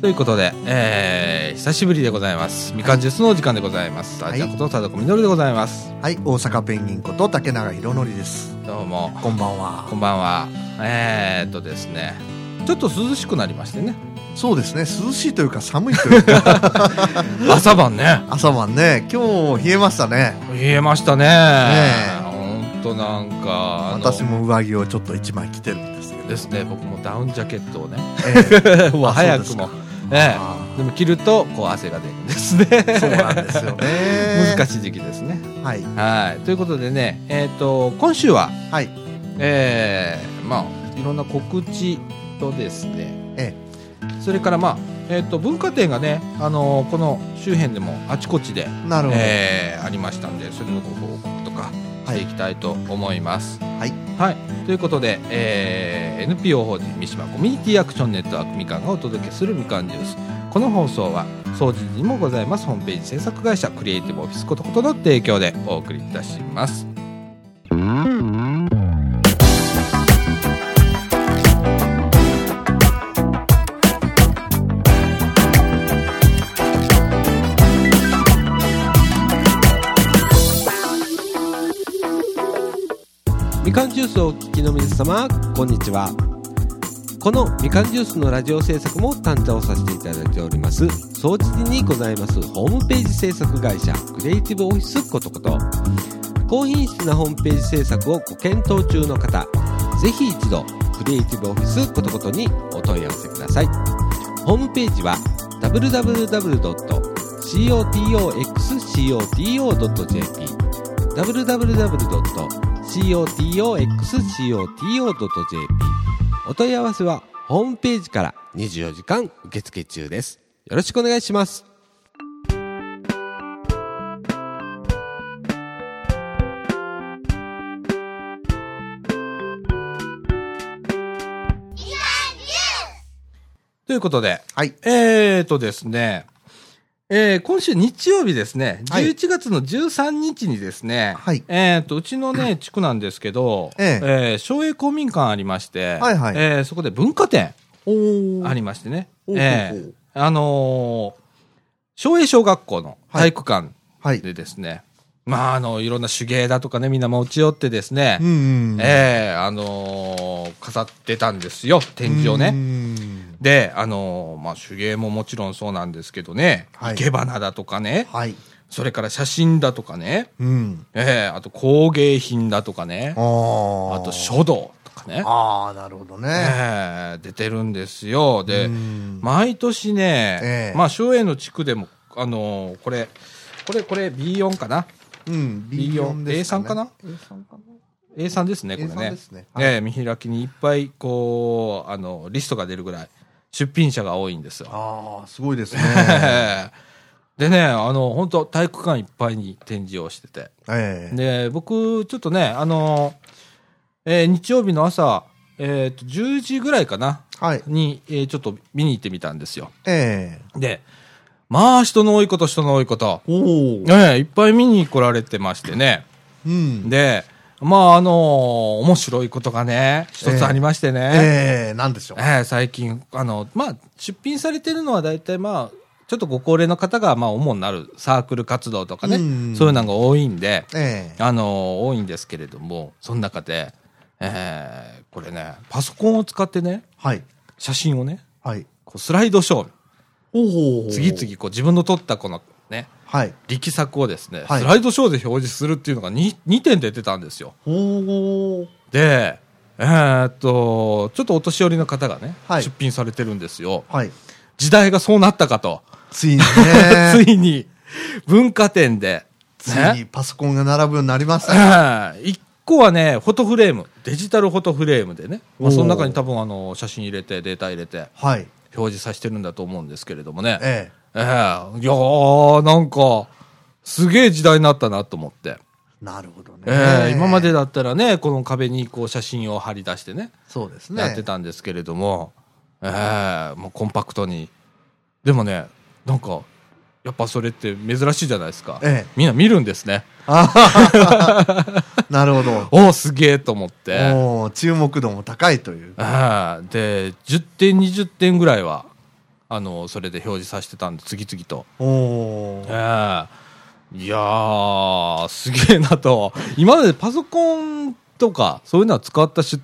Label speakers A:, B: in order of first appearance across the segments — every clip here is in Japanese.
A: ということで、えー、久しぶりでございます。みかんジュースのお時間でございます。
B: は
A: あ
B: い
A: ーちゃんこと、ただこみのるでございます。
B: はい、大阪ペンギンこと竹永宏典です。
A: どうも、
B: こんばんは
A: こ。んばんは。えーっとですね、ちょっと涼しくなりま してね。
B: そうですね、涼しいというか寒いというか、
A: 朝晩ね、
B: 朝晩ね、今日冷えましたね。
A: 冷えましたね。
B: え
A: ほんとなんか、あの
B: 私も上着をちょっと一枚着てるんですけど。
A: ですね、僕もダウンジャケッ トをね、
B: え
A: もう
B: あ
A: 早くも
B: そ。
A: え
B: あ
A: え、でも着ると、こう汗が出るんですね。
B: えそうなんです よね。
A: 難しい時期ですね。
B: い。はい。
A: はい。ということでね、えっ、と、今週は、
B: はい。
A: えーまあ、いろんな告知とですね、
B: え
A: それからまあ、えっ、と、文化展がね、あのーこの周辺でもあちこちで、
B: えなるほど。。
A: えーありましたんで、それのご報告とかしていきたいと思います。はいはい。ということで、えー NPO 法人三島コミュニティアクションネットワークみかんがお届けするみかんジュース。この放送は、総除にもございます、ホームページ制作会社、クリエイティブオフィスことことの提供でお送りいたします。
C: みかんジュースをお聞きの皆様こんにちはこのみかんジュースのラジオ制作も担当させていただいております総知事にございますホームページ制作会社クリエイティブオフィスことこと高品質なホームページ制作をご検討中の方ぜひ一度クリエイティブオフィスことことにお問い合わせくださいホームページは www.cotoxcoto.jp www.cotoxcoto.jp お問い合わせはホームページから24時間受付中です。よろしくお願いします。
A: ということで、
B: はい。
A: えーとですね、えー今週日曜日ですね、
B: はい
A: 11月の13日にですね、
B: はい
A: えーと、うちの ね、地区なんですけど、
B: ええ
A: ー省営公民館ありまして、
B: はいはい
A: えーそこで文化展
B: おー
A: ありましてね、
B: おー
A: え
B: お
A: ー
B: ー
A: あのー省営小学校の体育館
B: はい。
A: でですね、まあ、あの、いろんな手芸だとかね、みんな持ち寄ってですね、
B: うんうん。
A: えーあのー飾ってたんですよ、展示をね。
B: ね。
A: で、あのーまあ、手芸ももちろんそうなんですけどね、
B: はい
A: 生け花だとかね、
B: はい。
A: それから写真だとかね、
B: うん。
A: えーあと工芸品だとかね、
B: ああ。
A: あと書道とかね、
B: ああ、なるほどね。
A: えー出てるんですよ。で
B: う、ん
A: 毎年ね、
B: ええ
A: まあ、松江の地区でも、あのーこれ、これ、これ B4 かな
B: うん。
A: B4
B: ですね
A: A3 かな
B: ?A3 かな
A: ?A3 ですね、これ
B: A3
A: ね
B: で。すね。
A: ええ見開きにいっぱい、こう、あの、リストが出るぐらい、出品者が多いんですよ。
B: ああ、すごい ですね。
A: でね、あの、本当体育館いっぱいに展示をしてて。
B: ええ
A: で、僕、ちょっとね、あの、えー日曜日の朝、えっ、と、10時ぐらいかな、
B: はい。
A: に、えーちょっと見に行ってみたんですよ。
B: ええ
A: で、まあ、人の多いこと、人の多いこと。
B: おお。
A: ねえいっぱい見に来られてましてね。
B: うん。
A: で、まあ、あの面白いことがね、一つありましてね。
B: ええなんでしょう。
A: ええ最近、あの、まあ、出品されてるのは大体まあ、ちょっとご高齢の方が、まあ、主になるサークル活動とかね、
B: うん
A: そういうのが多いんで、
B: ええ
A: あの、多いんですけれども、その中で、ええこれね、パソコンを使ってね、
B: はい。
A: 写真をね、
B: はい。
A: こうスライドショー、
B: おお。
A: 次。々こう自分の撮ったこのね、
B: はい。
A: 力作をですね、
B: はい
A: スライドショーで表示するっていうのが 2, 2点出てたんですよ。
B: おお。
A: で、えーっと、ちょっとお年寄りの方がね、
B: はい
A: 出品されてるんですよ。
B: はい。
A: 時代がそうなったかと。
B: ついに
A: つ
B: ね。
A: いに、文化展で、
B: つ いにパソコンが並ぶようになりましたね。
A: 1個はね、フォトフレーム、デジタルフォトフレームでね、ま
B: お
A: あ、
B: ー
A: その中に多分あの写真入れて、データ入れて、
B: はい。
A: 表示させてるんだと思うんですけれどもね、え
B: ええ
A: えいやー、なんか、すげえ時代になったなと思って、
B: なるほどね。
A: ええ今まで。だったらね、この壁にこう写真を貼り出してね、
B: そうですね。
A: やって。たんですけれども、ええもうコンパクトに。でもね、なんか、やっぱそれって珍しいじゃないですか。
B: ええ
A: みんな見るんですね。
B: なるほど。
A: おお、すげえと思って。
B: おお、注目度も高いという。
A: ああで、10点、20点ぐらいは、あのそれで表示させてたんで次々と、
B: お
A: え
B: ー
A: えいやーすげえなと今までパソコンとかそういうのは使った出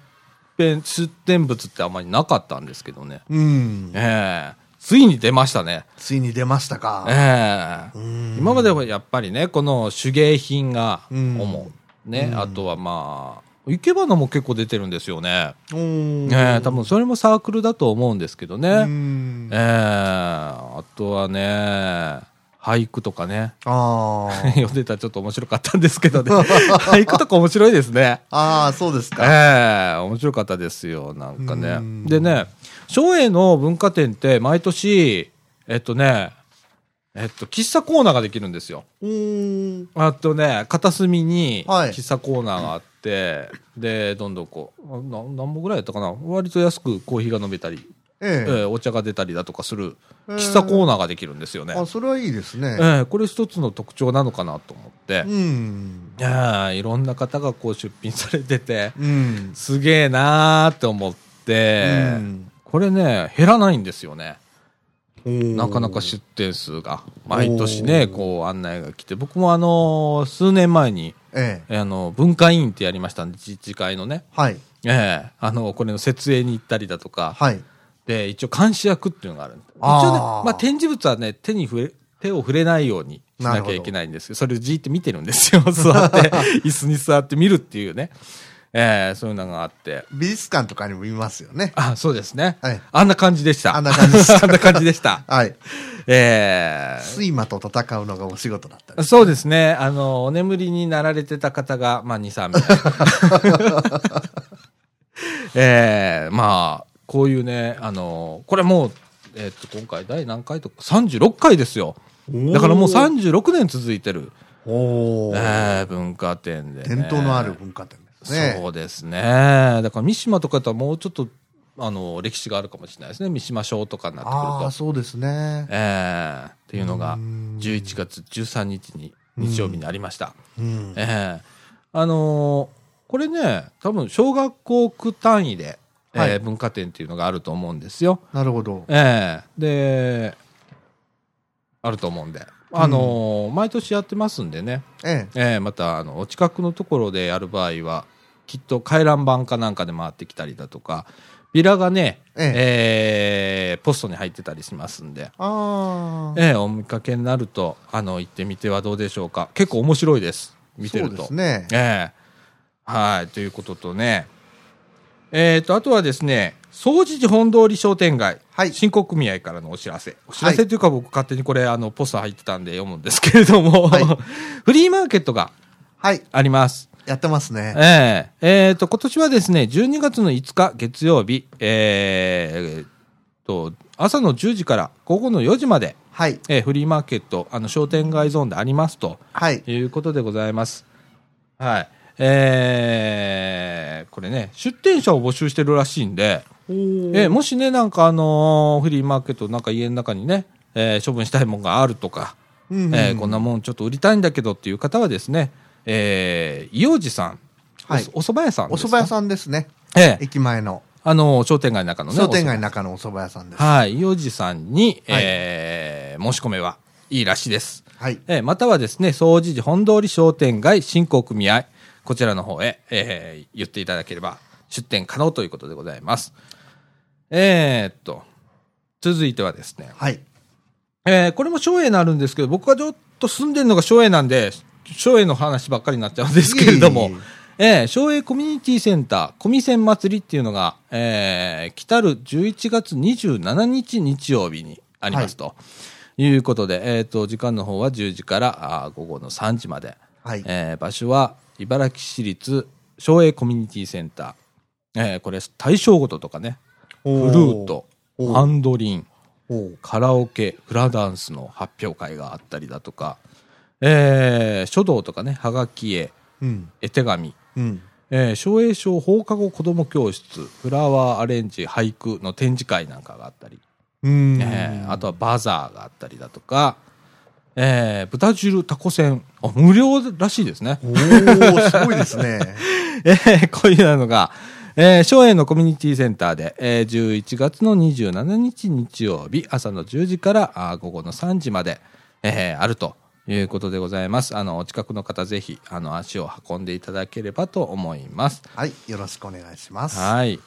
A: 店出店物ってあまりなかったんですけどね、
B: うん
A: え。えついに出ましたね、
B: ついに出ましたか。
A: ええ
B: うん
A: 今まではやっぱりねこの手芸品が
B: うん
A: 主、ね、
B: うん
A: あとはまあいけばなも結構出てるんですよね、
B: おー
A: ええ多分それもサークルだと思うんですけどね、
B: うん
A: ええあとはね俳句とかね
B: あー
A: 読んでたらちょっと面白かったんですけど ね俳句とか面白いですね
B: あー、そうですか。
A: ええ面白かったですよなんか
B: う
A: ね
B: ん
A: でね松栄の文化展って毎年えっとねえっと喫茶コーナーができるんですよ
B: おー
A: あとね片隅に
B: はい
A: 喫茶コーナーがあって、でどんどんこうあな何本ぐらいやったかな割と安くコーヒーが飲めたり、え
B: ええ
A: えお茶が出たりだとかする
B: ええ
A: 喫茶コーナーができるんですよね、
B: あ、それはいいですね。
A: ええこれ一つの特徴なのかなと思って、
B: うん。
A: ええいろんな方がこう出品されてて
B: うん。
A: すげえなーって思って、
B: うん
A: これね減らないんですよね
B: おー
A: なかなか出店数が毎年ねこう案内が来て僕もあのー数年前に
B: ええ。
A: あの文化委員ってやりましたんで自治会のね、
B: はい。
A: ええあのこれの設営に行ったりだとか、
B: はい。
A: で一応監視役っていうのがあるんで一
B: あー
A: 応ね、まあ、展示物はね手に触れ手を触れないようにしな
B: なる
A: き
B: ほ
A: ゃ
B: ど
A: いけないんですけどそれをじーって見てるんですよ 座 って椅子に座って見るっていうね、ええそういうのがあって
B: 美術館とかにもいますよね。
A: あそうですね、
B: はい
A: あんな感じでした
B: あんな感じでした
A: あんな感じでした
B: はい。
A: ええ
B: 睡魔と戦うのがお仕事だ ったり。
A: そうですね。あの、お眠りになられてた方が、まあ、2、3名。 ええまあ、こういうね、あの、これもう、えっと、今回第何回とか、36回ですよ。だからもう36年続いてる、
B: おお、
A: ええ文化展で、ね。
B: 伝統のある文化展ですね。
A: そうですね。だから三島とかとはもうちょっと、あの、歴史があるかもしれないですね。三島省とかになってくる
B: あ
A: と
B: あ、。そうですね。
A: えー、っていうのが
B: うん
A: 11月13日に日曜日にありました。
B: うん。
A: えー、あのーこれね多分小学校区単位で、えー
B: はい
A: 文化展っていうのがあると思うんですよ。
B: なるほど。
A: えー、であると思うんで。あのー毎年やってますんでね、
B: ええ。
A: えーまたあのお近くのところでやる場合はきっと回覧板かなんかで回ってきたりだとかビラがね、
B: ええ
A: えーポストに入ってたりしますんで、
B: ああ。
A: ええ、お見かけになると、あの、行ってみてはどうでしょうか。結構面白いです。見てると。
B: そうですね。
A: ええはい、ということとね。えっ、と、あとはですね、総除寺本通り商店街、
B: はい
A: 振興組合からのお知らせ。お知らせというか、僕勝手にこれ、あの、ポスター入ってたんで読むんですけれども、
B: は い
A: フリーマーケットが
B: はい。
A: あります。
B: やってますね。
A: えええーと、今年はですね、12月の5日月曜日、えーと、朝の10時から午後の4時まで、
B: はい。
A: えーフリーマーケット、あの商店街ゾーンでありますと
B: はい。
A: いうことでございます。はい。えーこれね、出店者を募集してるらしいんで、
B: お
A: えーもしね、なんかあのーフリーマーケット、なんか家の中にね、えー処分したいもんがあるとか、
B: うんうん
A: えーこんなもんちょっと売りたいんだけどっていう方はですね、えー、伊王寺さん、
B: はい
A: おお蕎麦屋さん
B: お
A: です
B: 蕎
A: か
B: 麦屋さんですね。
A: ええ
B: 駅前の。
A: あのー商店街の中のね、
B: 商店街
A: お蕎麦
B: の中のお蕎麦屋さんです。
A: はい、伊王寺さんに、
B: はい
A: えー申し込めはいいらしいです。
B: はい。
A: えーまたはですね、総除寺本通り商店街振興組合、こちらの方へ、えー言っていただければ出店可能ということでございます。えーっと、続いてはですね、
B: はい。
A: えーこれも松栄になるんですけど、僕がちょっと住んでるのが松栄なんで、松栄の話ばっかりになっちゃうんですけれども
B: いえい、
A: えー、松栄コミュニティセンター、コミセン祭りっていうのが、えー、来たる11月27日日曜日にありますと。い、うことで、えっ、と、時間の方は10時からあー午後の3時まで。
B: はい。
A: えー場所は茨城市立松栄コミュニティセンター。えーこれ、大正ごととかね、フル
B: おー
A: ート、
B: おー
A: ハンドリン、
B: おー
A: カラオケ、フラダンスの発表会があったりだとか、えー書道とかね、はがき絵、
B: うん。
A: 絵手紙、
B: うん。
A: えー、昭栄賞放課後子ども教室、フラワーアレンジ、俳句の展示会なんかがあったり、
B: うん。
A: えーあとはバザーがあったりだとか、えー豚汁タコせん、あ無料らしいですね。
B: おおすごいですね。
A: えーこういうのが、えー、松園のコミュニティセンターで、えー、11月の27日日曜日、朝の10時からあー午後の3時まで、えーあるということでございます。あの、お近くの方、ぜひ、あの、足を運んでいただければと思います。
B: はい、よろしくお願いします。
A: はい。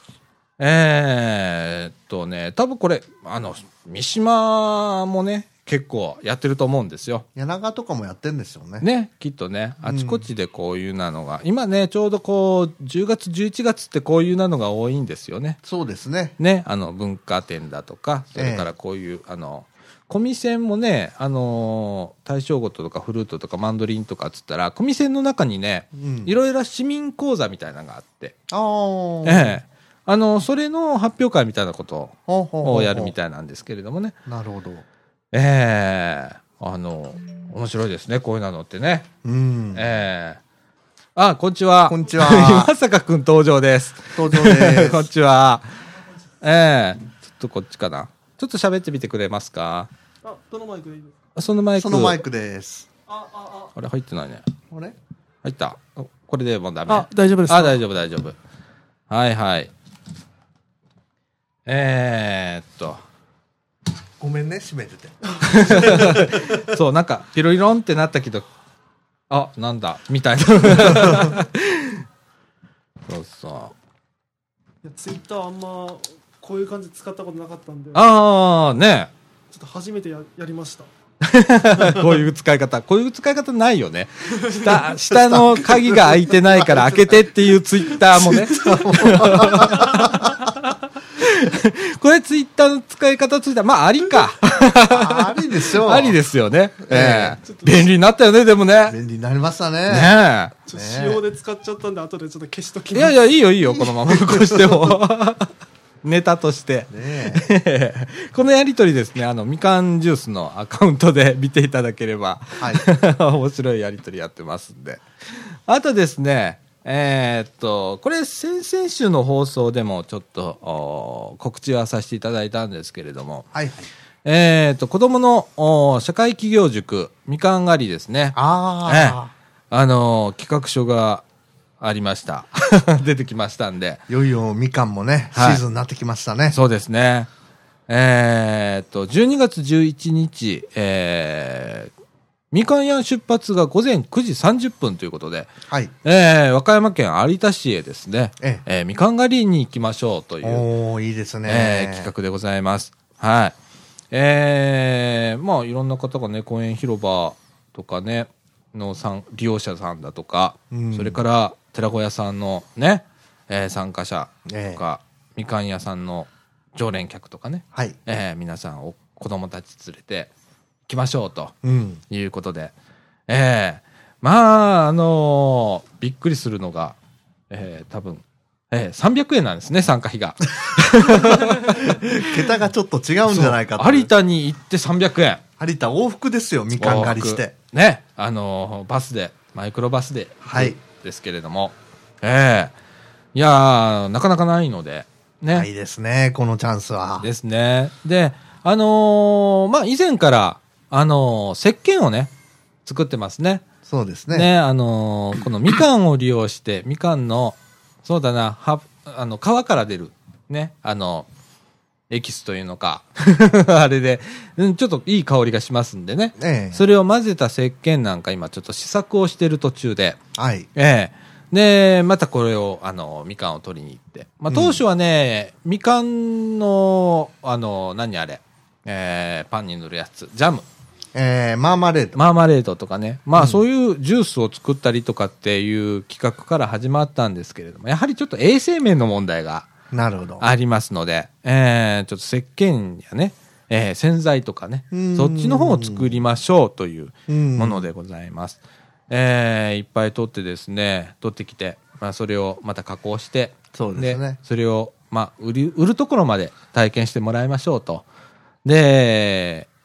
A: えーっとね、多分これ、あの、三島もね、結構やってると思うんですよ。
B: 柳川とかもやってんですよね。
A: ね、きっとね、あちこちでこういうなのが、今ね、ちょうどこう、10月、11月ってこういうなのが多いんですよね。
B: そうですね。
A: ね、あの、文化展だとか、それからこういう、あの、コミセンもね、あのー大正琴とかフルートとかマンドリンとかっつったら、コミセンの中にね、
B: うん
A: いろいろ市民講座みたいなのがあって、
B: あー
A: ええ、あの、それの発表会みたいなこと
B: ほうほうほうほ
A: を
B: う
A: やるみたいなんですけれどもね、
B: なるほど。
A: ええ、あの、面白いですね、こういうのってね。
B: うん。
A: ええあ、こんにちは。
B: こんに ちは
A: 岩坂くん登場です。
B: 登場で す。
A: こんにちは。ええちょっとこっちかな。ちょっと喋ってみてくれますか
D: あ、どのマイクでいいですか
A: あそのマイク。
B: そのマイクです。
D: あ、あ、
A: あれ入ってないね。
B: あれ
A: 入った。おこれでもうダメ。
D: あ。あ、大丈夫です
A: あ、
D: か
A: 大丈夫、大丈夫。はいはい。えー、っ
B: ごめんね、閉め てて。
A: と、そう、なんか、ピロリロンってなったけど、あ、なんだ、み たいな。そうそう。
D: ツイッターあんま、こういう感じで使ったことなかったんで、ちょっ
A: あー、ね
D: と初めてややりました。
A: こういう使い方。こういう使い方ないよね。下、 下の鍵が開いてないから開けてっていうツイッターもね。 これツイッターの使い方ついた。まあ、あり か。
B: あありでしょう。
A: ありですよね。え
B: え
A: え便利になったよね、でもね。
B: 便利になりましたね。
A: ね
D: ちょっと
B: ね
D: 仕様で使っちゃったんで、後でちょっと消しとき
A: え。
D: ま
A: い
D: す
A: やいや、いいよ、いいよ、このまま残して も。ネタとして。
B: ねえ
A: このやりとりですね、あの、みかんジュースのアカウントで 見ていただければ、
B: はい
A: 面白いやりとりやってますんで。あとですね、えーっと、これ、先々週の放送でもちょっとおー告知はさせていただいたんですけれども、
B: はいはい。
A: えーっと、子供のおー社会企業塾、みかん狩りですね。
B: ああ、
A: ええあのー企画書がありました。 出てきましたんで。
B: いよいよみかんもね、シ
A: はい
B: ーズンになってきました ね。
A: そうですね。えーっと、12月11日、えー、みかん屋出発が午前9時30分ということで、
B: はい。
A: えー、和歌山県有田市へですね、
B: え
A: えーみかん狩りに行きましょうという、
B: おおいいですね、
A: えー企画でございます。はい。えー、まあ、いろんな方がね、公園広場とかね、のさん利用者さんだとか、
B: うん
A: それから寺子屋さんのね、えー参加者とか、みかん屋さんの常連客とかね、
B: はい。
A: えー皆さんを子供たち連れて来ましょうと
B: うん。
A: いうことで、えーまあ、あのーびっくりするのが、えー多分、えー300円なんですね、参加費が。
B: 桁がちょっと違うんじゃな いかと。
A: そう有田に行って300円。
B: 有田往復ですよ、みかん狩りして。
A: ね、あのーバスで、マイクロバスで、
B: はい
A: ですけれども、えーいやーなかなかないので、ね、
B: ないですね、このチャンスは。
A: ですね。で、あのーまあ、以前から、あのー石鹸をね、作ってますね。
B: そうです
A: ね、
B: ね。
A: あのーこのみかんを利用して、みかんの、そうだな、は、あの、皮から出る、ね、あの、エキスというのか、 あれで、うん、ちょっといい香りがしますんでね。
B: ええ
A: それを混ぜた石鹸なんか今ちょっと試作をしてる途中で、
B: はい。
A: ええ。で、またこれを、あの、みかんを取りに行って。まあ、当初はね、みかんの、あの、何あれ、えーパンに塗るやつ、ジャム、
B: えー、マーマレード。
A: マーマレードとかね、まあ、そういうジュースを作ったりとかっていう企画から始まったんですけれども、やはりちょっと衛生面の問題が
B: なるほど。
A: ありますので、えーちょっと石鹸やね、えー洗剤とかね
B: うん、
A: そっちの方を作りましょうという
B: うん
A: ものでございます。えーいっぱい取ってですね、取ってきて、まあ、それをまた加工して、
B: そうですね
A: それを、まあ、売り、売るところまで体験してもらいましょうと。で、えー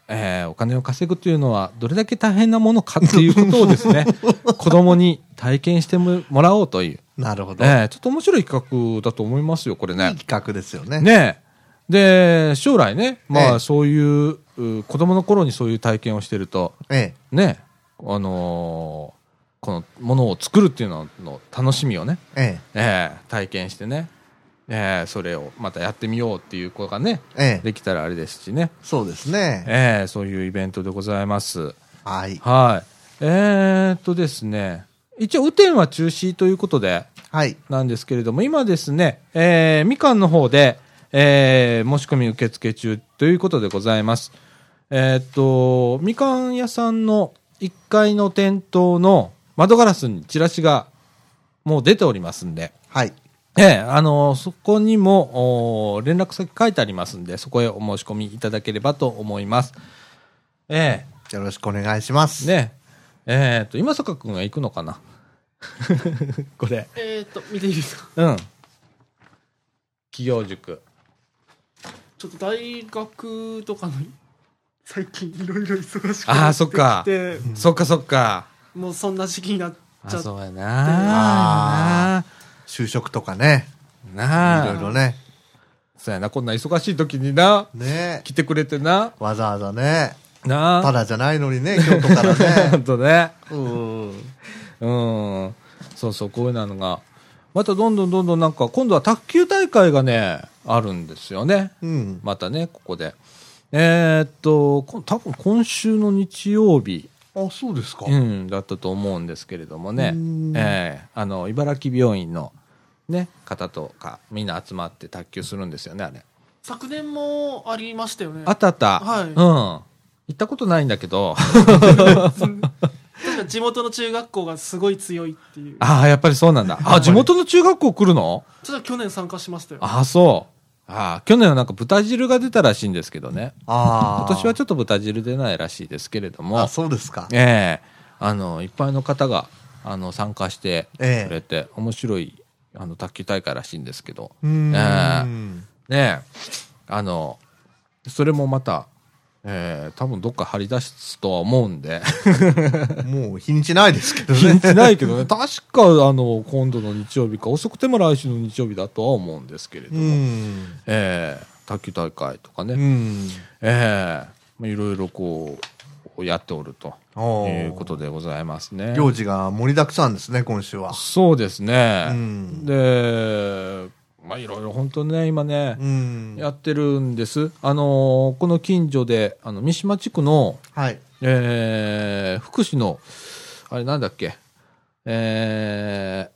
A: お金を稼ぐというのはどれだけ大変なものかっていうことをです ね、子供に体験してももらおうという、
B: なるほど。い
A: えーちょっと面白い企画だと思いますよ、これね。
B: い企画ですよね。
A: ねえ。で、将来ね、ま
B: え
A: あ
B: え
A: そういう、う子供の頃にそういう体験をしてると、
B: え
A: ねえ、あのーこのものを作るっていうのの楽しみをね、
B: ええ
A: ええ体験してね、えーそれをまたやってみようっていう子がね、
B: ええ。
A: できたらあれですしね、
B: そうですね。
A: えーそういうイベントでございます。
B: はい。
A: はい。えー、っとですね、一応雨天は中止ということで、
B: はい。
A: なんですけれども、今ですね、えーみかんの方で、えー申し込み受付中ということでございます。えーっと、みかん屋さんの1階の店頭の窓ガラスにチラシがもう出ておりますんで、
B: はい。
A: ええあのそこにもおー連絡先書いてありますんで、そこへお申し込みいただければと思います。え
B: よろしくお願いします。
A: えねえ、えーっと、今坂くんが行くのかな これ。
D: えー、っと、見ていいですか。
A: うん。企業塾。
D: ちょっと大学とかの、最近いろいろ忙しく
A: あ
D: な
A: ー
D: って
A: そっか
D: きて、
A: そっかそっか。
D: もうそんな時期になっちゃって。
A: うや
B: な
A: な
B: 就職とかね。い
A: な
B: ろいろね。
A: そうやな、こんな忙しい時にな、
B: ね
A: 来てくれてな、
B: わざわざね。
A: な
B: ただじゃないのにね、京都から
A: ほん
B: ね。
A: とね。
B: うん。
A: うん。そうそう、こういうのが。またどんどんどんどんなんか、今度は卓球大会がね、あるんですよね。
B: うん。
A: またね、ここで。えーっと、こ多分今週の日曜日、
B: あ、そうですか。
A: うん、だったと思うんですけれどもね
B: う、ん
A: ええあの茨城病院の、ね、方とかみんな集まって卓球するんですよねあれ
D: 昨年もありましたよね。
A: あったあった、
D: はい
A: うん行ったことないんだけ ど
D: 確か地元の中学校がすごい強いっていう。
A: ああやっぱりそうなんだあ地元の中学校来るの
D: ちょっと去年参加しましたよ。
A: ああそうああ去年はなんか豚汁が出たらしいんですけどね
B: あ
A: 今
B: あ。
A: 年はちょっと豚汁出ないらしいですけれども
B: あ、そうですか。
A: ええあのいっぱいの方があの参加してく
B: ええ
A: れて、面白いあの卓球大会らしいんですけど
B: うー
A: え
B: ん。
A: ねえあのそれもまた、えー多分どっか張り出すとは思うんで
B: もう日にちないですけど
A: 気に
B: ね。
A: しないけど ね確かあの今度の日曜日か遅くても来週の日曜日だとは思うんですけれど
B: う
A: も、
B: ん。
A: えー卓球大会とかね、
B: うん。
A: えーまあいろいろこうやっておると
B: おー
A: いうことでございますね。
B: 行事が盛りだくさんですね、今週は。
A: そうですね、
B: うん
A: で、まあ、いろいろ本当ね今ね、
B: うん。
A: やってるんです。あのーこの近所で、あの、三島地区の、
B: はい。
A: えー福祉の、あれなんだっけ、えー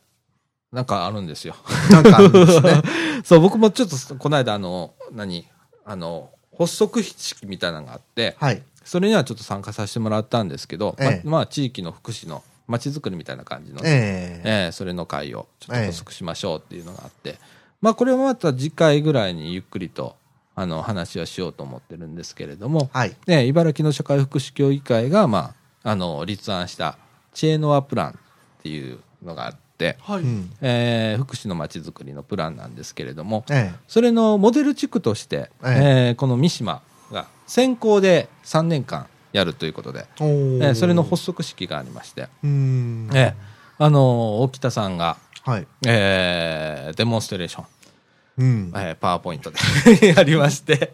A: なんかあるんですよ。
B: なんかあるんですね。
A: そう、僕もちょっと、この間、あの、何、あの、発足式みたいなのがあって、
B: はい。
A: それにはちょっと参加させてもらったんですけど、
B: ええ
A: ままあ、地域の福祉の、まちづくりみたいな感じの、
B: ええ
A: ええそれの会をちょっと補足しましょうっていうのがあって、まあこれはまた次回ぐらいにゆっくりとあの話をしようと思ってるんですけれども、
B: はい。
A: ね、茨城の社会福祉協議会が、まあ、あの立案した知恵の輪プランっていうのがあって、
D: はい、
B: うん。
A: ええ福祉のまちづくりのプランなんですけれども、
B: え
A: それのモデル地区として、
B: ええ
A: ええこの三島が先行で3年間やるということで、
B: え。お
A: え
B: ー
A: えそれの発足式がありまして。
B: うん。
A: ええあの沖田さんが、
B: はい。
A: えーデモンストレーション、
B: うん。
A: えーパワーポイントで やりまして、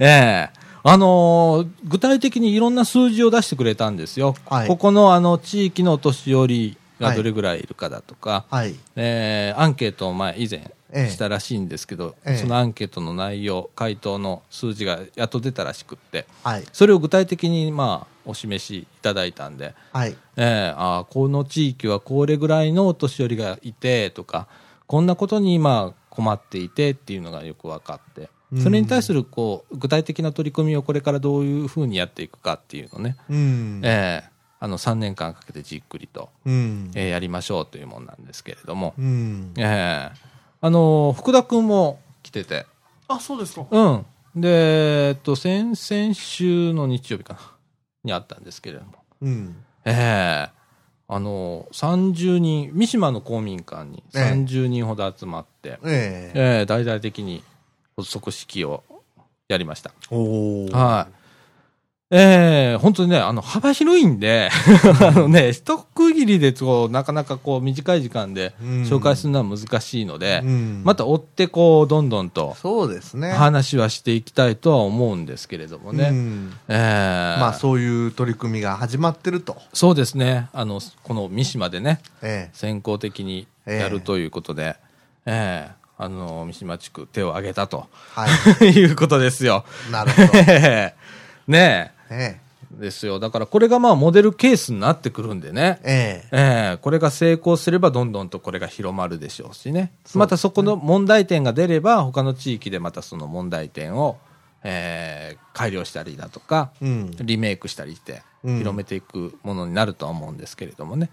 A: ええあのー具体的にいろんな数字を出してくれたんですよ。
B: はい
A: ここのあの地域のお年寄りがどれぐらいいるかだとか、
B: はい。
A: えーアンケートを前以前
B: ええ
A: したらしいんですけど、
B: ええ
A: そのアンケートの内容、回答の数字がやっと出たらしくって、
B: はい。
A: それを具体的にまあお示しいただいたんで、
B: はい。
A: ええああこの地域はこれぐらいのお年寄りがいてとかこんなことに今困っていてっていうのがよく分かって
B: うん
A: それに対するこう具体的な取り組みをこれからどういうふうにやっていくかっていうのね、
B: うん。
A: ええあの3年間かけてじっくりと、
B: うん。
A: ええやりましょうというもんなんですけれども、
B: うん。
A: ええあの福田君も来てて
D: あ、そうですか。
A: うんで、えっと、先々週の日曜日かなにあったんですけれども。
B: うん。
A: ええあの30人三島の公民館に
B: ええ
A: 30人ほど集まって、え
B: ええ。
A: え大々的に発足式をやりました。
B: おお。
A: はいええ本当にね、あの、幅広いんで、 あのね、一区切りで、こう、なかなかこう、短い時間で
B: うん
A: 紹介するのは難しいので、
B: うん
A: また追って、こう、どんどんと
B: そうですね。
A: 話はしていきたいとは思うんですけれどもね。
B: うん
A: ええ
B: まあ、そういう取り組みが始まってると。
A: そうですね。あの、この三島でね、
B: え
A: 先行的にやるということで、ええあの、三島地区手を挙げたと
B: はい。
A: いうことですよ。
B: なるほど。
A: ね
B: え
A: え。ですよ。だからこれがまあモデルケースになってくるんでね。
B: え。ええ。
A: ええこれが成功すればどんどんとこれが広まるでしょうしね。またそこの問題点が出れば他の地域でまたその問題点を、ええ改良したりだとか、
B: うん。
A: リメイクしたりして
B: うん
A: 広めていくものになるとは思うんですけれどもね、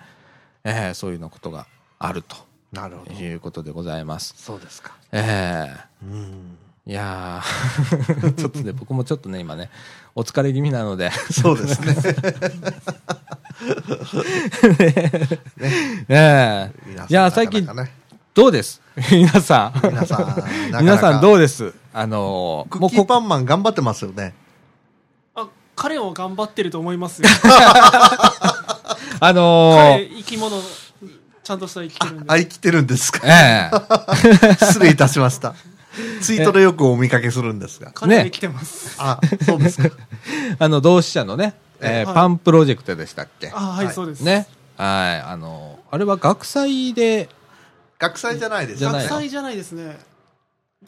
A: えーそういうのことがあると
B: なるほ ど。
A: いうことでございます。
B: そうですか。
A: え
B: うん。
A: ーいや ーちょっとね僕もちょっとね今ねお疲れ気味なので
B: そうですね。
A: ねえいやー最近
B: なかなかね
A: どうです 皆さん
B: 皆さんなかなか、
A: 皆さんどうですあのー
B: ク
A: も
B: ッ
A: う
B: キー
A: こ
B: パンマン頑張ってますよね。
D: あ、彼も頑張ってると思 いますよ。
A: あの
D: 彼、
A: ー
D: 生き物、ちゃんとした生きてるんで。
B: あ、生きてるんで すか
A: ええ
B: 失礼いたしました。ツイートでよくお見かけするんです が。
D: 彼は
A: ね
D: 生きてます。
B: あ、そうですか。
A: あの同志社のね、えー
D: はい
A: パンプロジェクトでしたっけ
D: あ、はい、
B: はい
D: そうです。
A: ねはいあのーあれは学祭で
B: 学祭じゃないです
A: じゃ
B: よ
A: な
D: 学
A: いの
D: 祭じゃないですね。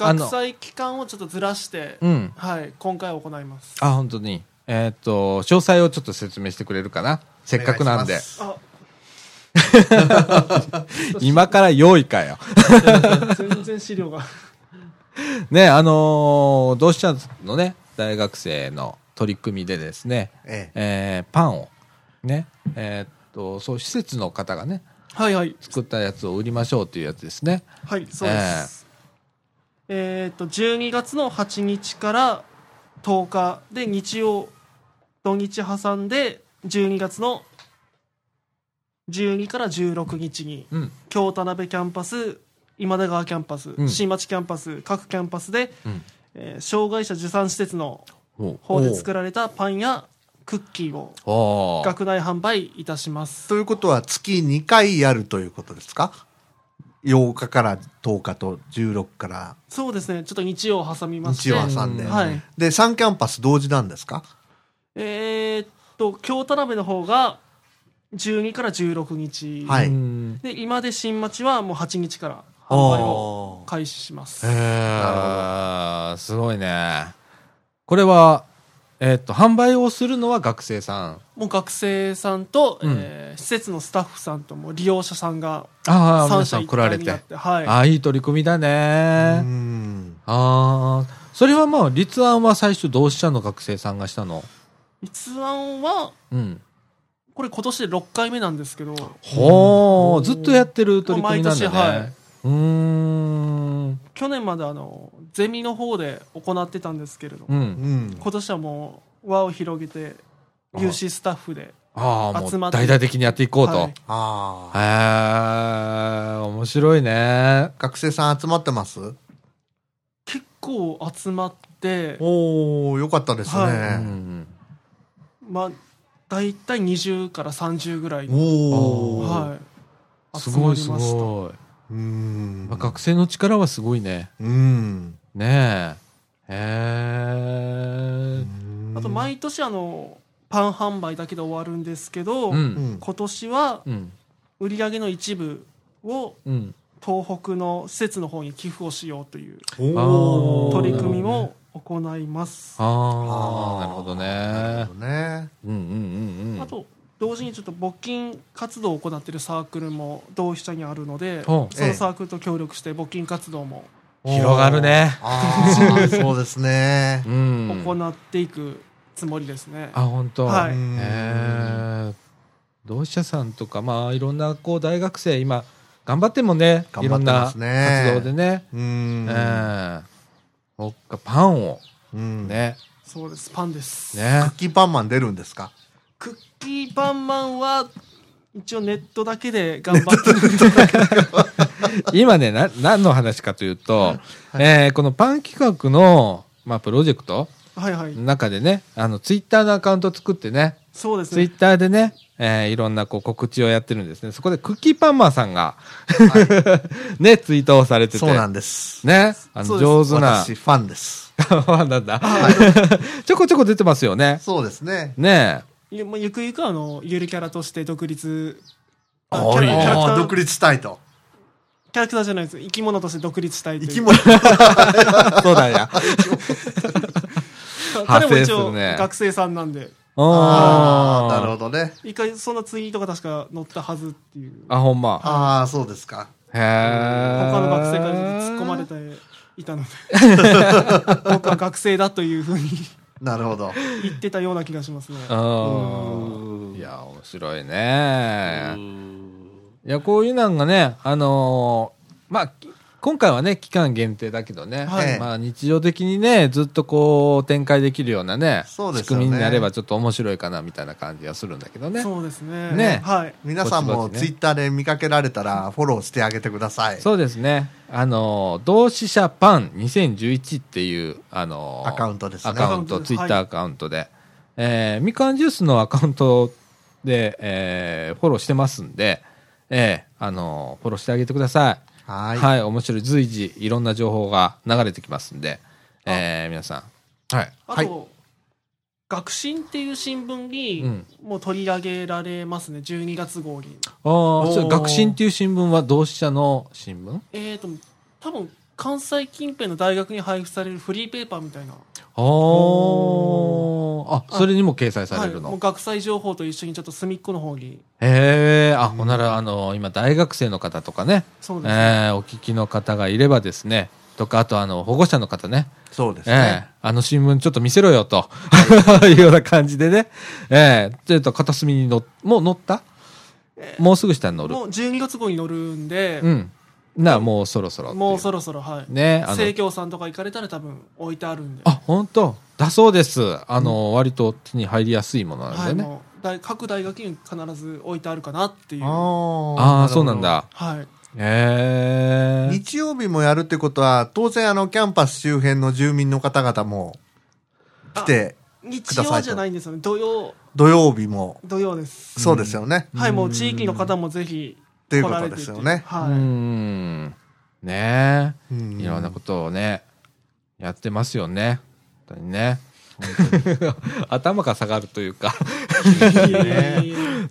A: あの
D: 学祭期間をちょっとずらして、
A: うん
D: はい、今回行います。
A: あ、本当に。えーっと、詳細をちょっと説明してくれるかなせっかくなん
B: お願
A: で
B: いし。ます
D: あ、
A: 今から用意かよ。
D: 全然資料が。
A: ね、あのー、同志社のね、大学生の取り組みでですね、
B: ええ。
A: えーパンを、ね、えーっと、そう、施設の方がね、
D: はいはい。
A: 作ったやつを売りましょうというやつですね。
D: はい、そうです。えーっと、12月の8日から10日で日曜、土日挟んで、12月の12から16日に、
A: うん。
D: 京田辺キャンパス、今出川キャンパス、
A: ん
D: 新町キャンパス、各キャンパスで、
A: うん
D: えー障害者受産施設の
A: ほ
D: 方で作られたパンやクッキーを
A: う。おー。
D: 学内販売いたします。
B: ということは月2回やるということですか ?8 日から10日と16から
D: そうですね、ちょっと日曜を挟みまして。
B: 日曜挟んで。
D: はい。
B: で、3キャンパス同時なんですか
D: えーっと、京田辺の方が12から16日。
B: はいう
A: ん
D: で、今で新町はもう8日から販売を
B: おー
D: 開始します。
A: えー、すごいね。これは、えーっと、販売をするのは学生さん。
D: もう学生さんと、
A: うん
D: えー施設のスタッフさんとも利用者さんが
A: ああ、
D: 3
A: 皆
D: 社
A: さん
D: 一
A: 来ら
D: 体
A: れ。
D: になってて、はい。
A: ああ、いい取り組みだね。
B: うん。
A: ああ、それはまあ、立案は最初同志社の学生さんがしたの。
D: 立案は、
A: うん。
D: これ今年で6回目なんですけど、
A: ほう、ずっとやってる取り組みなんだね。
D: まあ毎年はいう
A: ーん。
D: 去年まであの、ゼミの方で行ってたんですけれど、
A: うん。
B: うん。
D: 今年はもう輪を広げて、有志スタッフで、
A: ああ、も
D: 集ま
A: う
D: って
A: 大々的にやっていこうと。
D: は
A: へ
D: い
B: ああ。
A: え、面白いね。
B: 学生さん集まってます
D: 結構集まって、
B: おおよかったですね。
D: は
A: うん。
D: まあ、大体20から30ぐらい、
B: おお、
D: はい、
A: すごいす
D: 集まりました
A: ごい。
B: うーん。
A: まあ、学生の力はすごいね。
B: うん。
A: ねえ。へえ。
D: あと毎年あのパン販売だけで終わるんですけど、
A: うん。
B: うん。
D: 今年は
A: うん。
D: 売り上げの一部を
A: うん。
D: 東北の施設の方に寄付をしようという
A: おー
D: 取り組みも行います、
A: ああ、なるほど
B: な
A: ね
B: るほ。どね。
A: うんうんうんうん。
D: あと同時にちょっと募金活動を行っているサークルも同志社にあるので
A: ほう
D: そのサークルと協力して募金活動も
A: 広がるね。
B: ああ、そうですね
A: う。ん。
D: 行っていくつもりですね、
A: あ、本当。
D: は
A: へ
D: い
B: うん
A: え。同志社さんとか、まあ、いろんな、こう、大学生、今、頑張ってもね、い
B: 頑張
A: ろ
B: っ
A: ん
B: て
A: な
B: ます
A: 活
B: ね
A: 動でね。
B: う。
A: うんん。そっか、パンを、
B: うん。
A: ね、
D: そうですパンです、
A: ね
B: ク。ッキーパンマン出るんですか
D: クッキーパンマンは一応ネットだけで頑張っ てる
A: 今ね、な、何の話かというと、えーこのパン企画の、まあ、プロジェクト
D: はいはい
A: の中でね、あの、ツイッターのアカウント作ってね、
D: そうです
A: ツイ
D: ね
A: ッターでね、えーいろんなこう告知をやってるんですね。そこでクッキーパンマンさんが、 ね、ツイートをされてて。
B: そうなんです。
A: ね、あ
D: そ
A: の
D: うです
A: 上手な
B: 私、、ファンです。
A: あなんだ。 ちょこちょこ出てますよね。
B: そうですね。
A: ね
D: ゆまあゆくゆくはあのゆるキャラとして独立あ
A: あ
D: キャ
A: いい
D: ラ
A: ね
D: キャラクタ
B: ああ、
D: ー
B: 独立したいと。
D: キャラクターじゃないです生き物として独立したいとい
B: 生
D: う
B: き物。
A: そうだよ。派生
D: 彼も一
A: する
D: 応
A: ね
D: 学生さんなんで
B: ああ、なる
A: ほ
B: ほどね。
D: 一回そんなツイートが確か載ったはずっていう
A: ど。あ、ほんま。
B: ああ、そうですか。
A: へえ。
D: 他の学生から突っ込まれていたので 僕は学生だというふうに
B: なるほど。
D: 言ってたような気がしますね
A: うん。いや、面白いね
B: う。ん
A: いや、こういうなんがね、あのーまあ、き今回はね、期間限定だけどね、
B: はい
A: まあ日常的にね、ずっとこう展開できるようなね、
B: そうですよね
A: 仕組みになればちょっと面白いかなみたいな感じがするんだけどね。そう
D: そうですね
A: ね
D: はい
B: 皆さん
A: ぼ
B: も
A: ちぼち
B: ツ
A: ね
B: イッターで見かけられたらフォローしてあげてください。
A: ですね。あのー同志社パン2011っていう、あのー
B: アカウントですね
A: アカウント、
D: アカウントです
A: ツイッターアカウントで、えーみかんジュースのアカウントで、えーフォローしてますんで、えーあのーフォローしてあげてください。
B: は
A: はい、
B: ーい。
A: 面白い。随時、いろんな情報が流れてきますんで、えー皆さん。はい。
D: あ
B: はい
D: と、学信っていう新聞
A: う
D: に
A: ん
D: もう取り上げられますね、12月号に。
A: ああ、
B: ー
A: 学信っていう新聞は同志社の新聞
D: えっ、と、多分関西近辺の大学に配布されるフリーペーパーみたいな、
A: おあ、それにも掲載さ
D: はい、
A: れるの。
D: もう学際情報と一緒にちょっと隅っこの方に、
A: へえ、あ、ほんなら、あの、今、大学生の方とかね、
D: そうですね、
A: えーお聞きの方がいればですね、とか、あと、あの、保護者の方ね、
B: そうです
A: え
B: ね。
A: えあの新聞ちょっと見せろよと、 いうような感じでね、ええちょっと片隅にの、もう乗ったもうすぐ下に乗る。
D: もう12月号に載るんで、
A: うん。なあ、もうそろそろってい。
D: もうそろそろ、はい。
A: ね、あの
D: 生、協さんとか行かれたら多分置いてあるんで。
A: あ、本当だそうです。あの、割と手に入りやすいものな
D: は
A: んで
D: い、
A: ね。
D: もう大各大学に必ず置いてあるかなっていう。は
A: あ
B: あ
A: あ、そうなん。
B: る
A: だ。
D: い。
A: へ
B: ほど
A: え。
B: 日曜日もやるってことは、当然あの、キャンパス周辺の住民の方々も来て、
D: 日曜じゃないんですよね。土曜、
B: 土曜日も、
D: 土曜です。
B: そうですよね。
D: はい、もう地域の方もぜひ
B: と
D: 来
B: いうこ
D: ら
B: と
D: れて
B: で
D: ってい
B: すよね。
A: う
D: はい。
A: ん。ね
B: う
A: え。
B: ん
A: いろんなことをね、やってますよね。本当にね。 頭が下がるというか。 ねえ。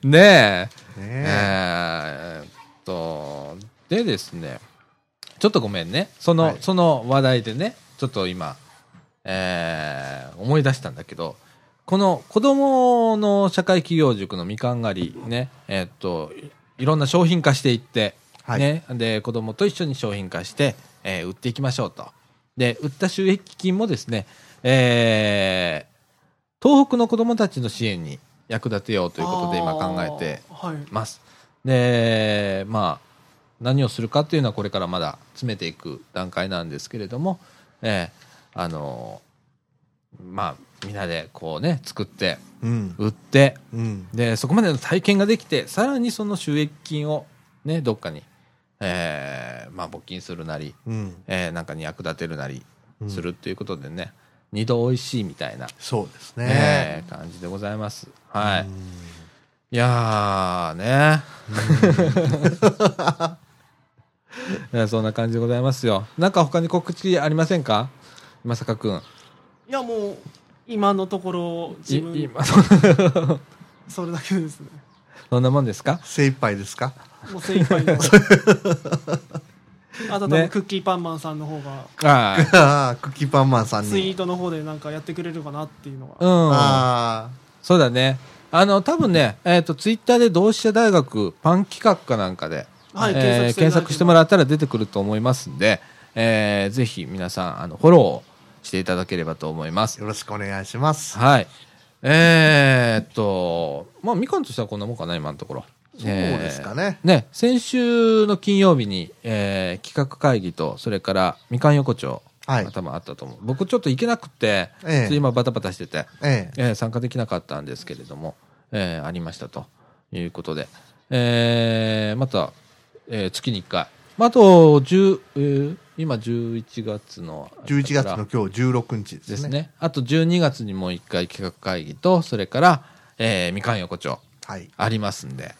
B: ねえ
A: えーっと、でですね、ちょっとごめんね。その、
B: はい
A: その話題でね、ちょっと今、えー思い出したんだけど、この子供の社会企業塾のみかん狩りね、えーっと、いいろんな商品化していって、
B: はい
A: ね、で、子供と一緒に商品化して、えー売っていきましょうと。で、売った収益金もですね、えー東北の子供たちの支援に役立てよう ということで今考えて
D: あー。はい。
A: ます。で、まあ、何をするかっていうのはこれからまだ詰めていく段階なんですけれども、えーあのーまあ、みんなでこうね、作って、
B: うん。
A: 売って、
B: うん。
A: で、そこまでの体験ができて、さらにその収益金をね、どっかに、えーまあ、募金するなり、
B: うん。
A: えーなんかに役立てるなり
B: うん
A: するっていうことでね、二度美味しいみたいな、
B: そうですね。
A: えー感じでございます。はい。
B: うん
A: いやーね。 いやそんな感じでございますよ。なんか他に告知ありませんかまさかくん。
D: いや、もう、今のところ、
A: い
D: 自分、
A: 今、そんな
D: それだけですね。
A: そんなもんですか
B: 精一杯ですか
D: もう精一 杯の。あと多
A: ね
D: 分、クッキーパンマンさんの方が、
A: ああ。
B: ああ、クッキーパンマンさん
D: ツイー
B: に。
D: トの方でなんかやってくれるかなっていうのは。
A: うん。
B: あ
A: そうだね。あの、多分ね、えっ、と、ツイッターで同志社大学パン企画かなんかで、
D: はい
A: えー検索
D: 検索
A: してもらったら出てくると思いますんで、えーぜひ皆さん、あの、フォローをしていただければと思います
B: あ、。よろしくお願いします。
A: はい。えーっと、まあ、みかんとしてはこんなもんかな、今のところ。そう
B: そうですかね。
A: ね、先週の金曜日に、えー企画会議と、それからみかん横丁、
B: はい
A: 頭あったと思う。僕ちょっと行けなくて、
B: え
A: ちょ
B: え
A: っと今バタバタしてて、
B: ええ。
A: えー参加できなかったんですけれども、えーありましたということで、えーまた、えー月に1回。まあ、あと、10、えー今11月の。
B: 11月の今日16日ですね。
A: ですね。あと12月にもう一回企画会議と、それから、えーみかん横丁
B: はい。
A: ありますんで、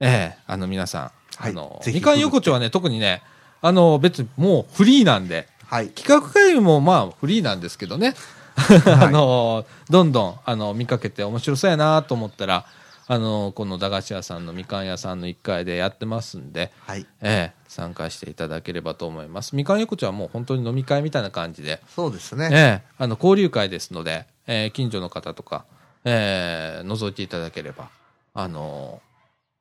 A: えーあの皆さん、
B: はい
A: あの、
B: ぜひ
A: みかん横丁はね、特にね、あの、別にもうフリーなんで、
B: はい。
A: 企画会議もまあフリーなんですけ どね、あの、どんどん、あの、見かけて面白そうやなと思ったら、あのこの駄菓子屋さんのみかん屋さんの1階でやってますんで、
B: はい。
A: ええ、参加していただければと思いますみかん横丁はもう本当に飲み会みたいな感じで、
B: そうですね。
A: ええ、あの交流会ですので、ええ、近所の方とか、ええ、覗いていただければあの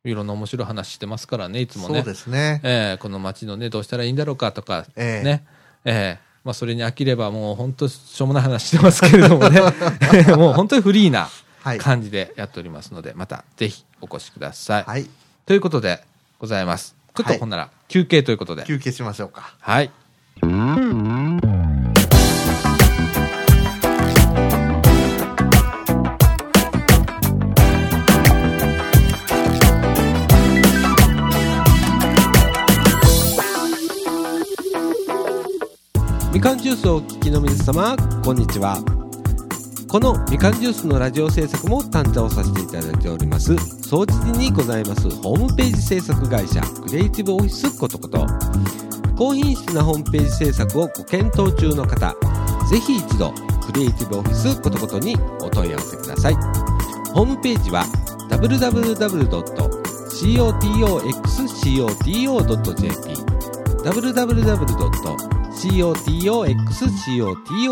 A: いろんな面白い話してますからねいつも
B: そう
A: ね
B: ですね。
A: ええこの街のねどうしたらいいんだろうかとか、
B: ええ
A: ねええまあ、それに飽きればもう本当しょうもない話してますけれども ね もう本当にフリーな
B: はい。
A: 感じでやっておりますので、またぜひお越しください、
B: はい。
A: ということでございますちょっと
B: はい
A: ほんなら休憩ということで
B: 休憩しましょうか。
A: はい
C: みかんジュースをお聞きの皆様こんにちはこのみかんジュースのラジオ制作も担当させていただいております総知事にございますホームページ制作会社クリエイティブオフィスことこと高品質なホームページ制作をご検討中の方ぜひ一度クリエイティブオフィスことことにお問い合わせくださいホームページは www.cotoxcoto.jp www.cotoxcoto.jp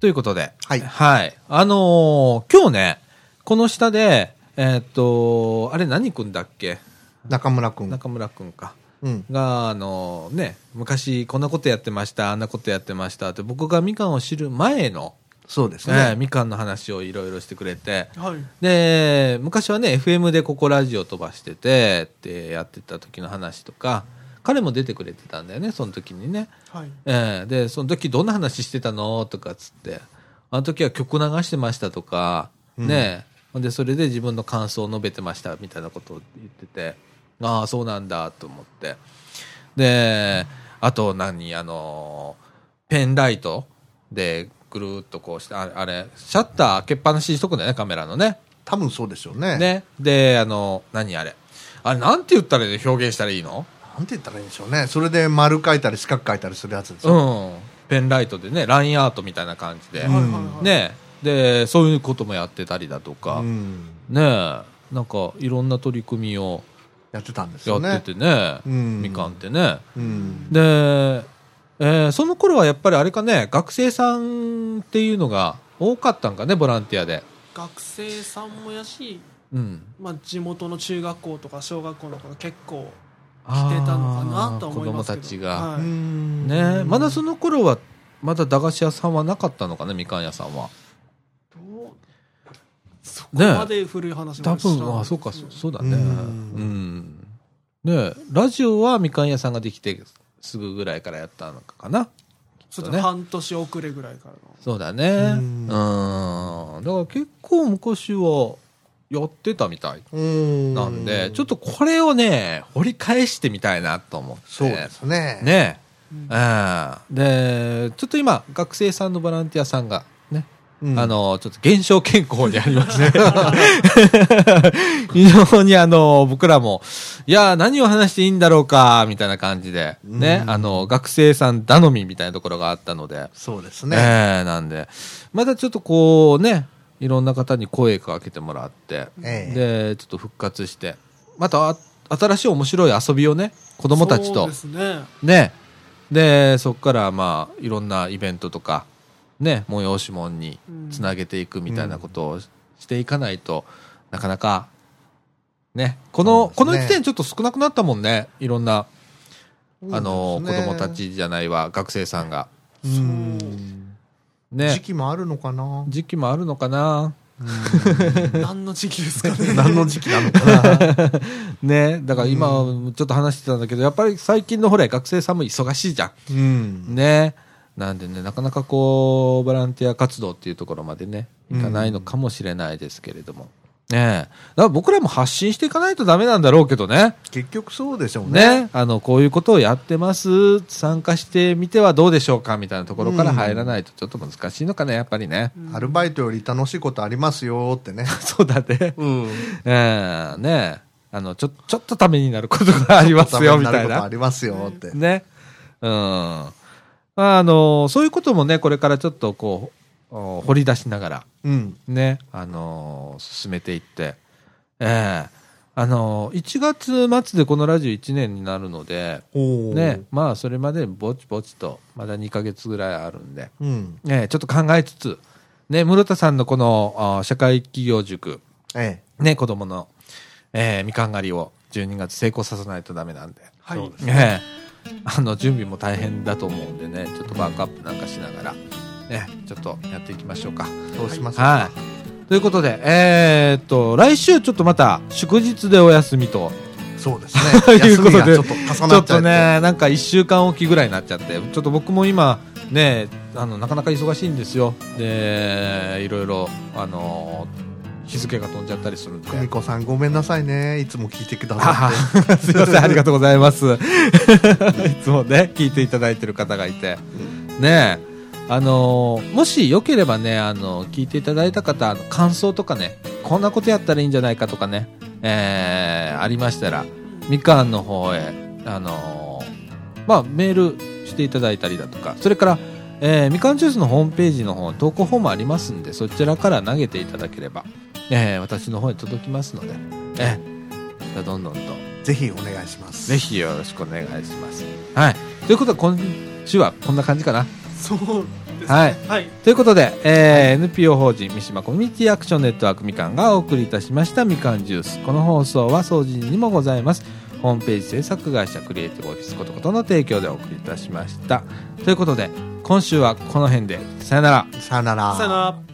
A: ということで、
B: はい
A: あのー今日ねこの下でえーっとあれ何君だっけ
B: 中村くん。
A: 中村君か
B: うん。
A: が、あのね、昔こんなことやってました、あんなことやってましたって、僕がみかんを知る前の、
B: そうです
A: えー
B: ね。
A: みかんの話をいろいろしてくれて、
D: はい
A: で、昔はね、FM でここラジオ飛ばしてて、ってやってた時の話とか、彼も出てくれてたんだよね、その時にね。
D: はい
A: えーで、その時どんな話してたのとかっつって、あの時は曲流してましたとか、ね、ほんで、それで自分の感想を述べてましたみたいなことを言ってて、ああ、そうなんだと思って。で、あと何、あの、ペンライトでぐるーっとこうして、あれ、あれシャッター開けっぱなしにしとくんだよね、カメラのね。
B: 多分そうでしょうね。
A: ね。で、あの、何あれ。あれ、なんて言ったらいいの表現したらいいの
B: なんて言ったらいいんでしょうね。それで丸書いたり四角書いたりするやつですよ。
A: うん。ペンライトでね、ラインアートみたいな感じで。
D: はいはいはい
A: ねでそういうこともやってたりだとか、
B: うん。
A: ねなんかいろんな取り組みを
B: やってたんです
A: や
B: よ
A: っ
B: ね。
A: ててね
B: うん
A: みかんってね
B: うん。
A: で、えーその頃はやっぱりあれかね学生さんっていうのが多かったんかねボランティアで
D: 学生さんもやし、
A: うん
D: まあ、地元の中学校とか小学校の子が結構
A: 来
D: 来てたのかなと思います
A: 子供た
D: けど
A: ちが、
D: はい
B: うん
A: ねまだその頃はまだ駄菓子屋さんはなかったのかねみかん屋さんは
D: どうそこ
A: ね
D: まで古い話
A: 多
D: まで知らない
A: 分あそうかそうそうだねう
B: うん
A: ん、ねラジオはみかん屋さんができてすぐぐらいからやったのかな
D: ちょっ
A: と
D: と
A: ね
D: 半年遅れぐらいからの
A: そうだねうん
B: ん
A: だから結構昔はやってたみたい
B: うん。
A: なんで、ちょっとこれをね掘り返してみたいなと思って
B: そうですね。
A: ね
D: うん
A: うんでちょっと今学生さんのボランティアさんがね
B: うん
A: あ、の、ちょっと減少健康にありまして、非常にあの、僕らも、いや、何を話していいんだろうか、みたいな感じで、ね、
B: うん
A: あの、学生さん頼みみたいなところがあったので、
B: そうです
A: ね、
B: ね。
A: なんで、またちょっとこうね、いろんな方に声かけてもらって、
B: ええ。
A: で、ちょっと復活して、またあ新しい面白い遊びをね、子供たち
D: そ
A: と
D: うですね
A: ねでそこからまあいろんなイベントとかね催し物につなげていくみたいなことをししていかないと、なかなかねこのこ
B: そう
A: の
B: ですね
A: 1年ちょっと少なくなったもんねいろんな、あ
B: そ
A: の
B: う
A: 子
B: です
A: 供
B: ね
A: た。ちじゃないわ学生さんが
B: うん。
A: ね
B: 時期もあるのかな。
A: 時期もあるのかな
D: 何の時期ですかね
B: 何の時期なのかな。
A: ねだから今、ちょっと話してたんだけど、やっぱり最近のほら、学生さんも忙しいじゃ
B: うん。
A: ん。ねなんでね、なかなかこう、ボランティア活動っていうところまでね、いかないのかもしれないですけれども。ねだから僕らも発信していかないとダメなんだろうけどね。
B: 結局そうでしょうね。
A: ね、あのこういうことをやってます、参加してみてはどうでしょうかみたいなところから入らないと、ちょっと難しいのかね、やっぱりね。
B: アルバイトより楽しいことありますよってね。
A: そうだね。
B: うん。
A: えーねあのちょ、ちょっとためになることがありますよみたい
B: ことあ
A: な。
B: りますよって。
A: ね。うん。まあ、あの、そういうこともね、これからちょっとこう、お掘り出しながら、
B: うん。
A: ね、あの進めていって、ええあの1月末でこのラジオ1年になるので、
B: おー
A: ね、まあそれまでぼちぼちとまだ2ヶ月ぐらいあるんで、
B: うん。
A: ね、ちょっと考えつつ、ね、室田さんのこのあー社会企業塾、
B: ええ。
A: ね、子供の、えーみかん狩りを12月成功させないとダメなんで、
D: はい
B: そうです
A: ね、あの準備も大変だと思うんでねちょっとバークアップなんかしながら、ね、ちょっとやっていきましょうか。
B: そうします。
A: はいということで、えーっと、来週ちょっとまた祝日でお休みと
B: そうですね。
A: という
B: 休
A: こと
B: み
A: で
B: がちょっと重なっちゃ
A: ちょ
B: っ
A: ってと。ね、なんか1週間おきぐらいになっちゃって、ちょっと僕も今、ね、あのなかなか忙しいんですよ、でいろいろ、あの日付が飛んじゃったりするんで。
B: 久美子さんごめんなさいね。いつも聞いてくださ
A: あ
B: って。
A: ーすいません、ありがとうございます。 いつもね、聞いていただいてる方がいて。ねえあのーもしよければね、あの聞いていただいた方、あの感想とかね、こんなことやったらいいんじゃないかとかね、えーありましたら、みかんの方へ、あのーまあ、メールしていただいたりだとか、それから、えーみかんジュースのホームページの方、投稿フォームありますんで、そちらから投げていただければ、えー私の方に届きますので、えーじゃあどんどんと、
B: ぜひお願いします。
A: ぜひよろしくお願いします。はい。ということは、今週はこんな感じかな。
D: そうですね
A: はい
D: はい
A: ということで、えー NPO 法人三島コミュニティアクションネットワークみかんがお送りいたしましたみかんジュースこの放送は掃除時にもございますホームページ制作会社クリエイティブオフィスことことの提供でお送りいたしましたということで今週はこの辺でさよなら
B: さよなら。
D: さよなら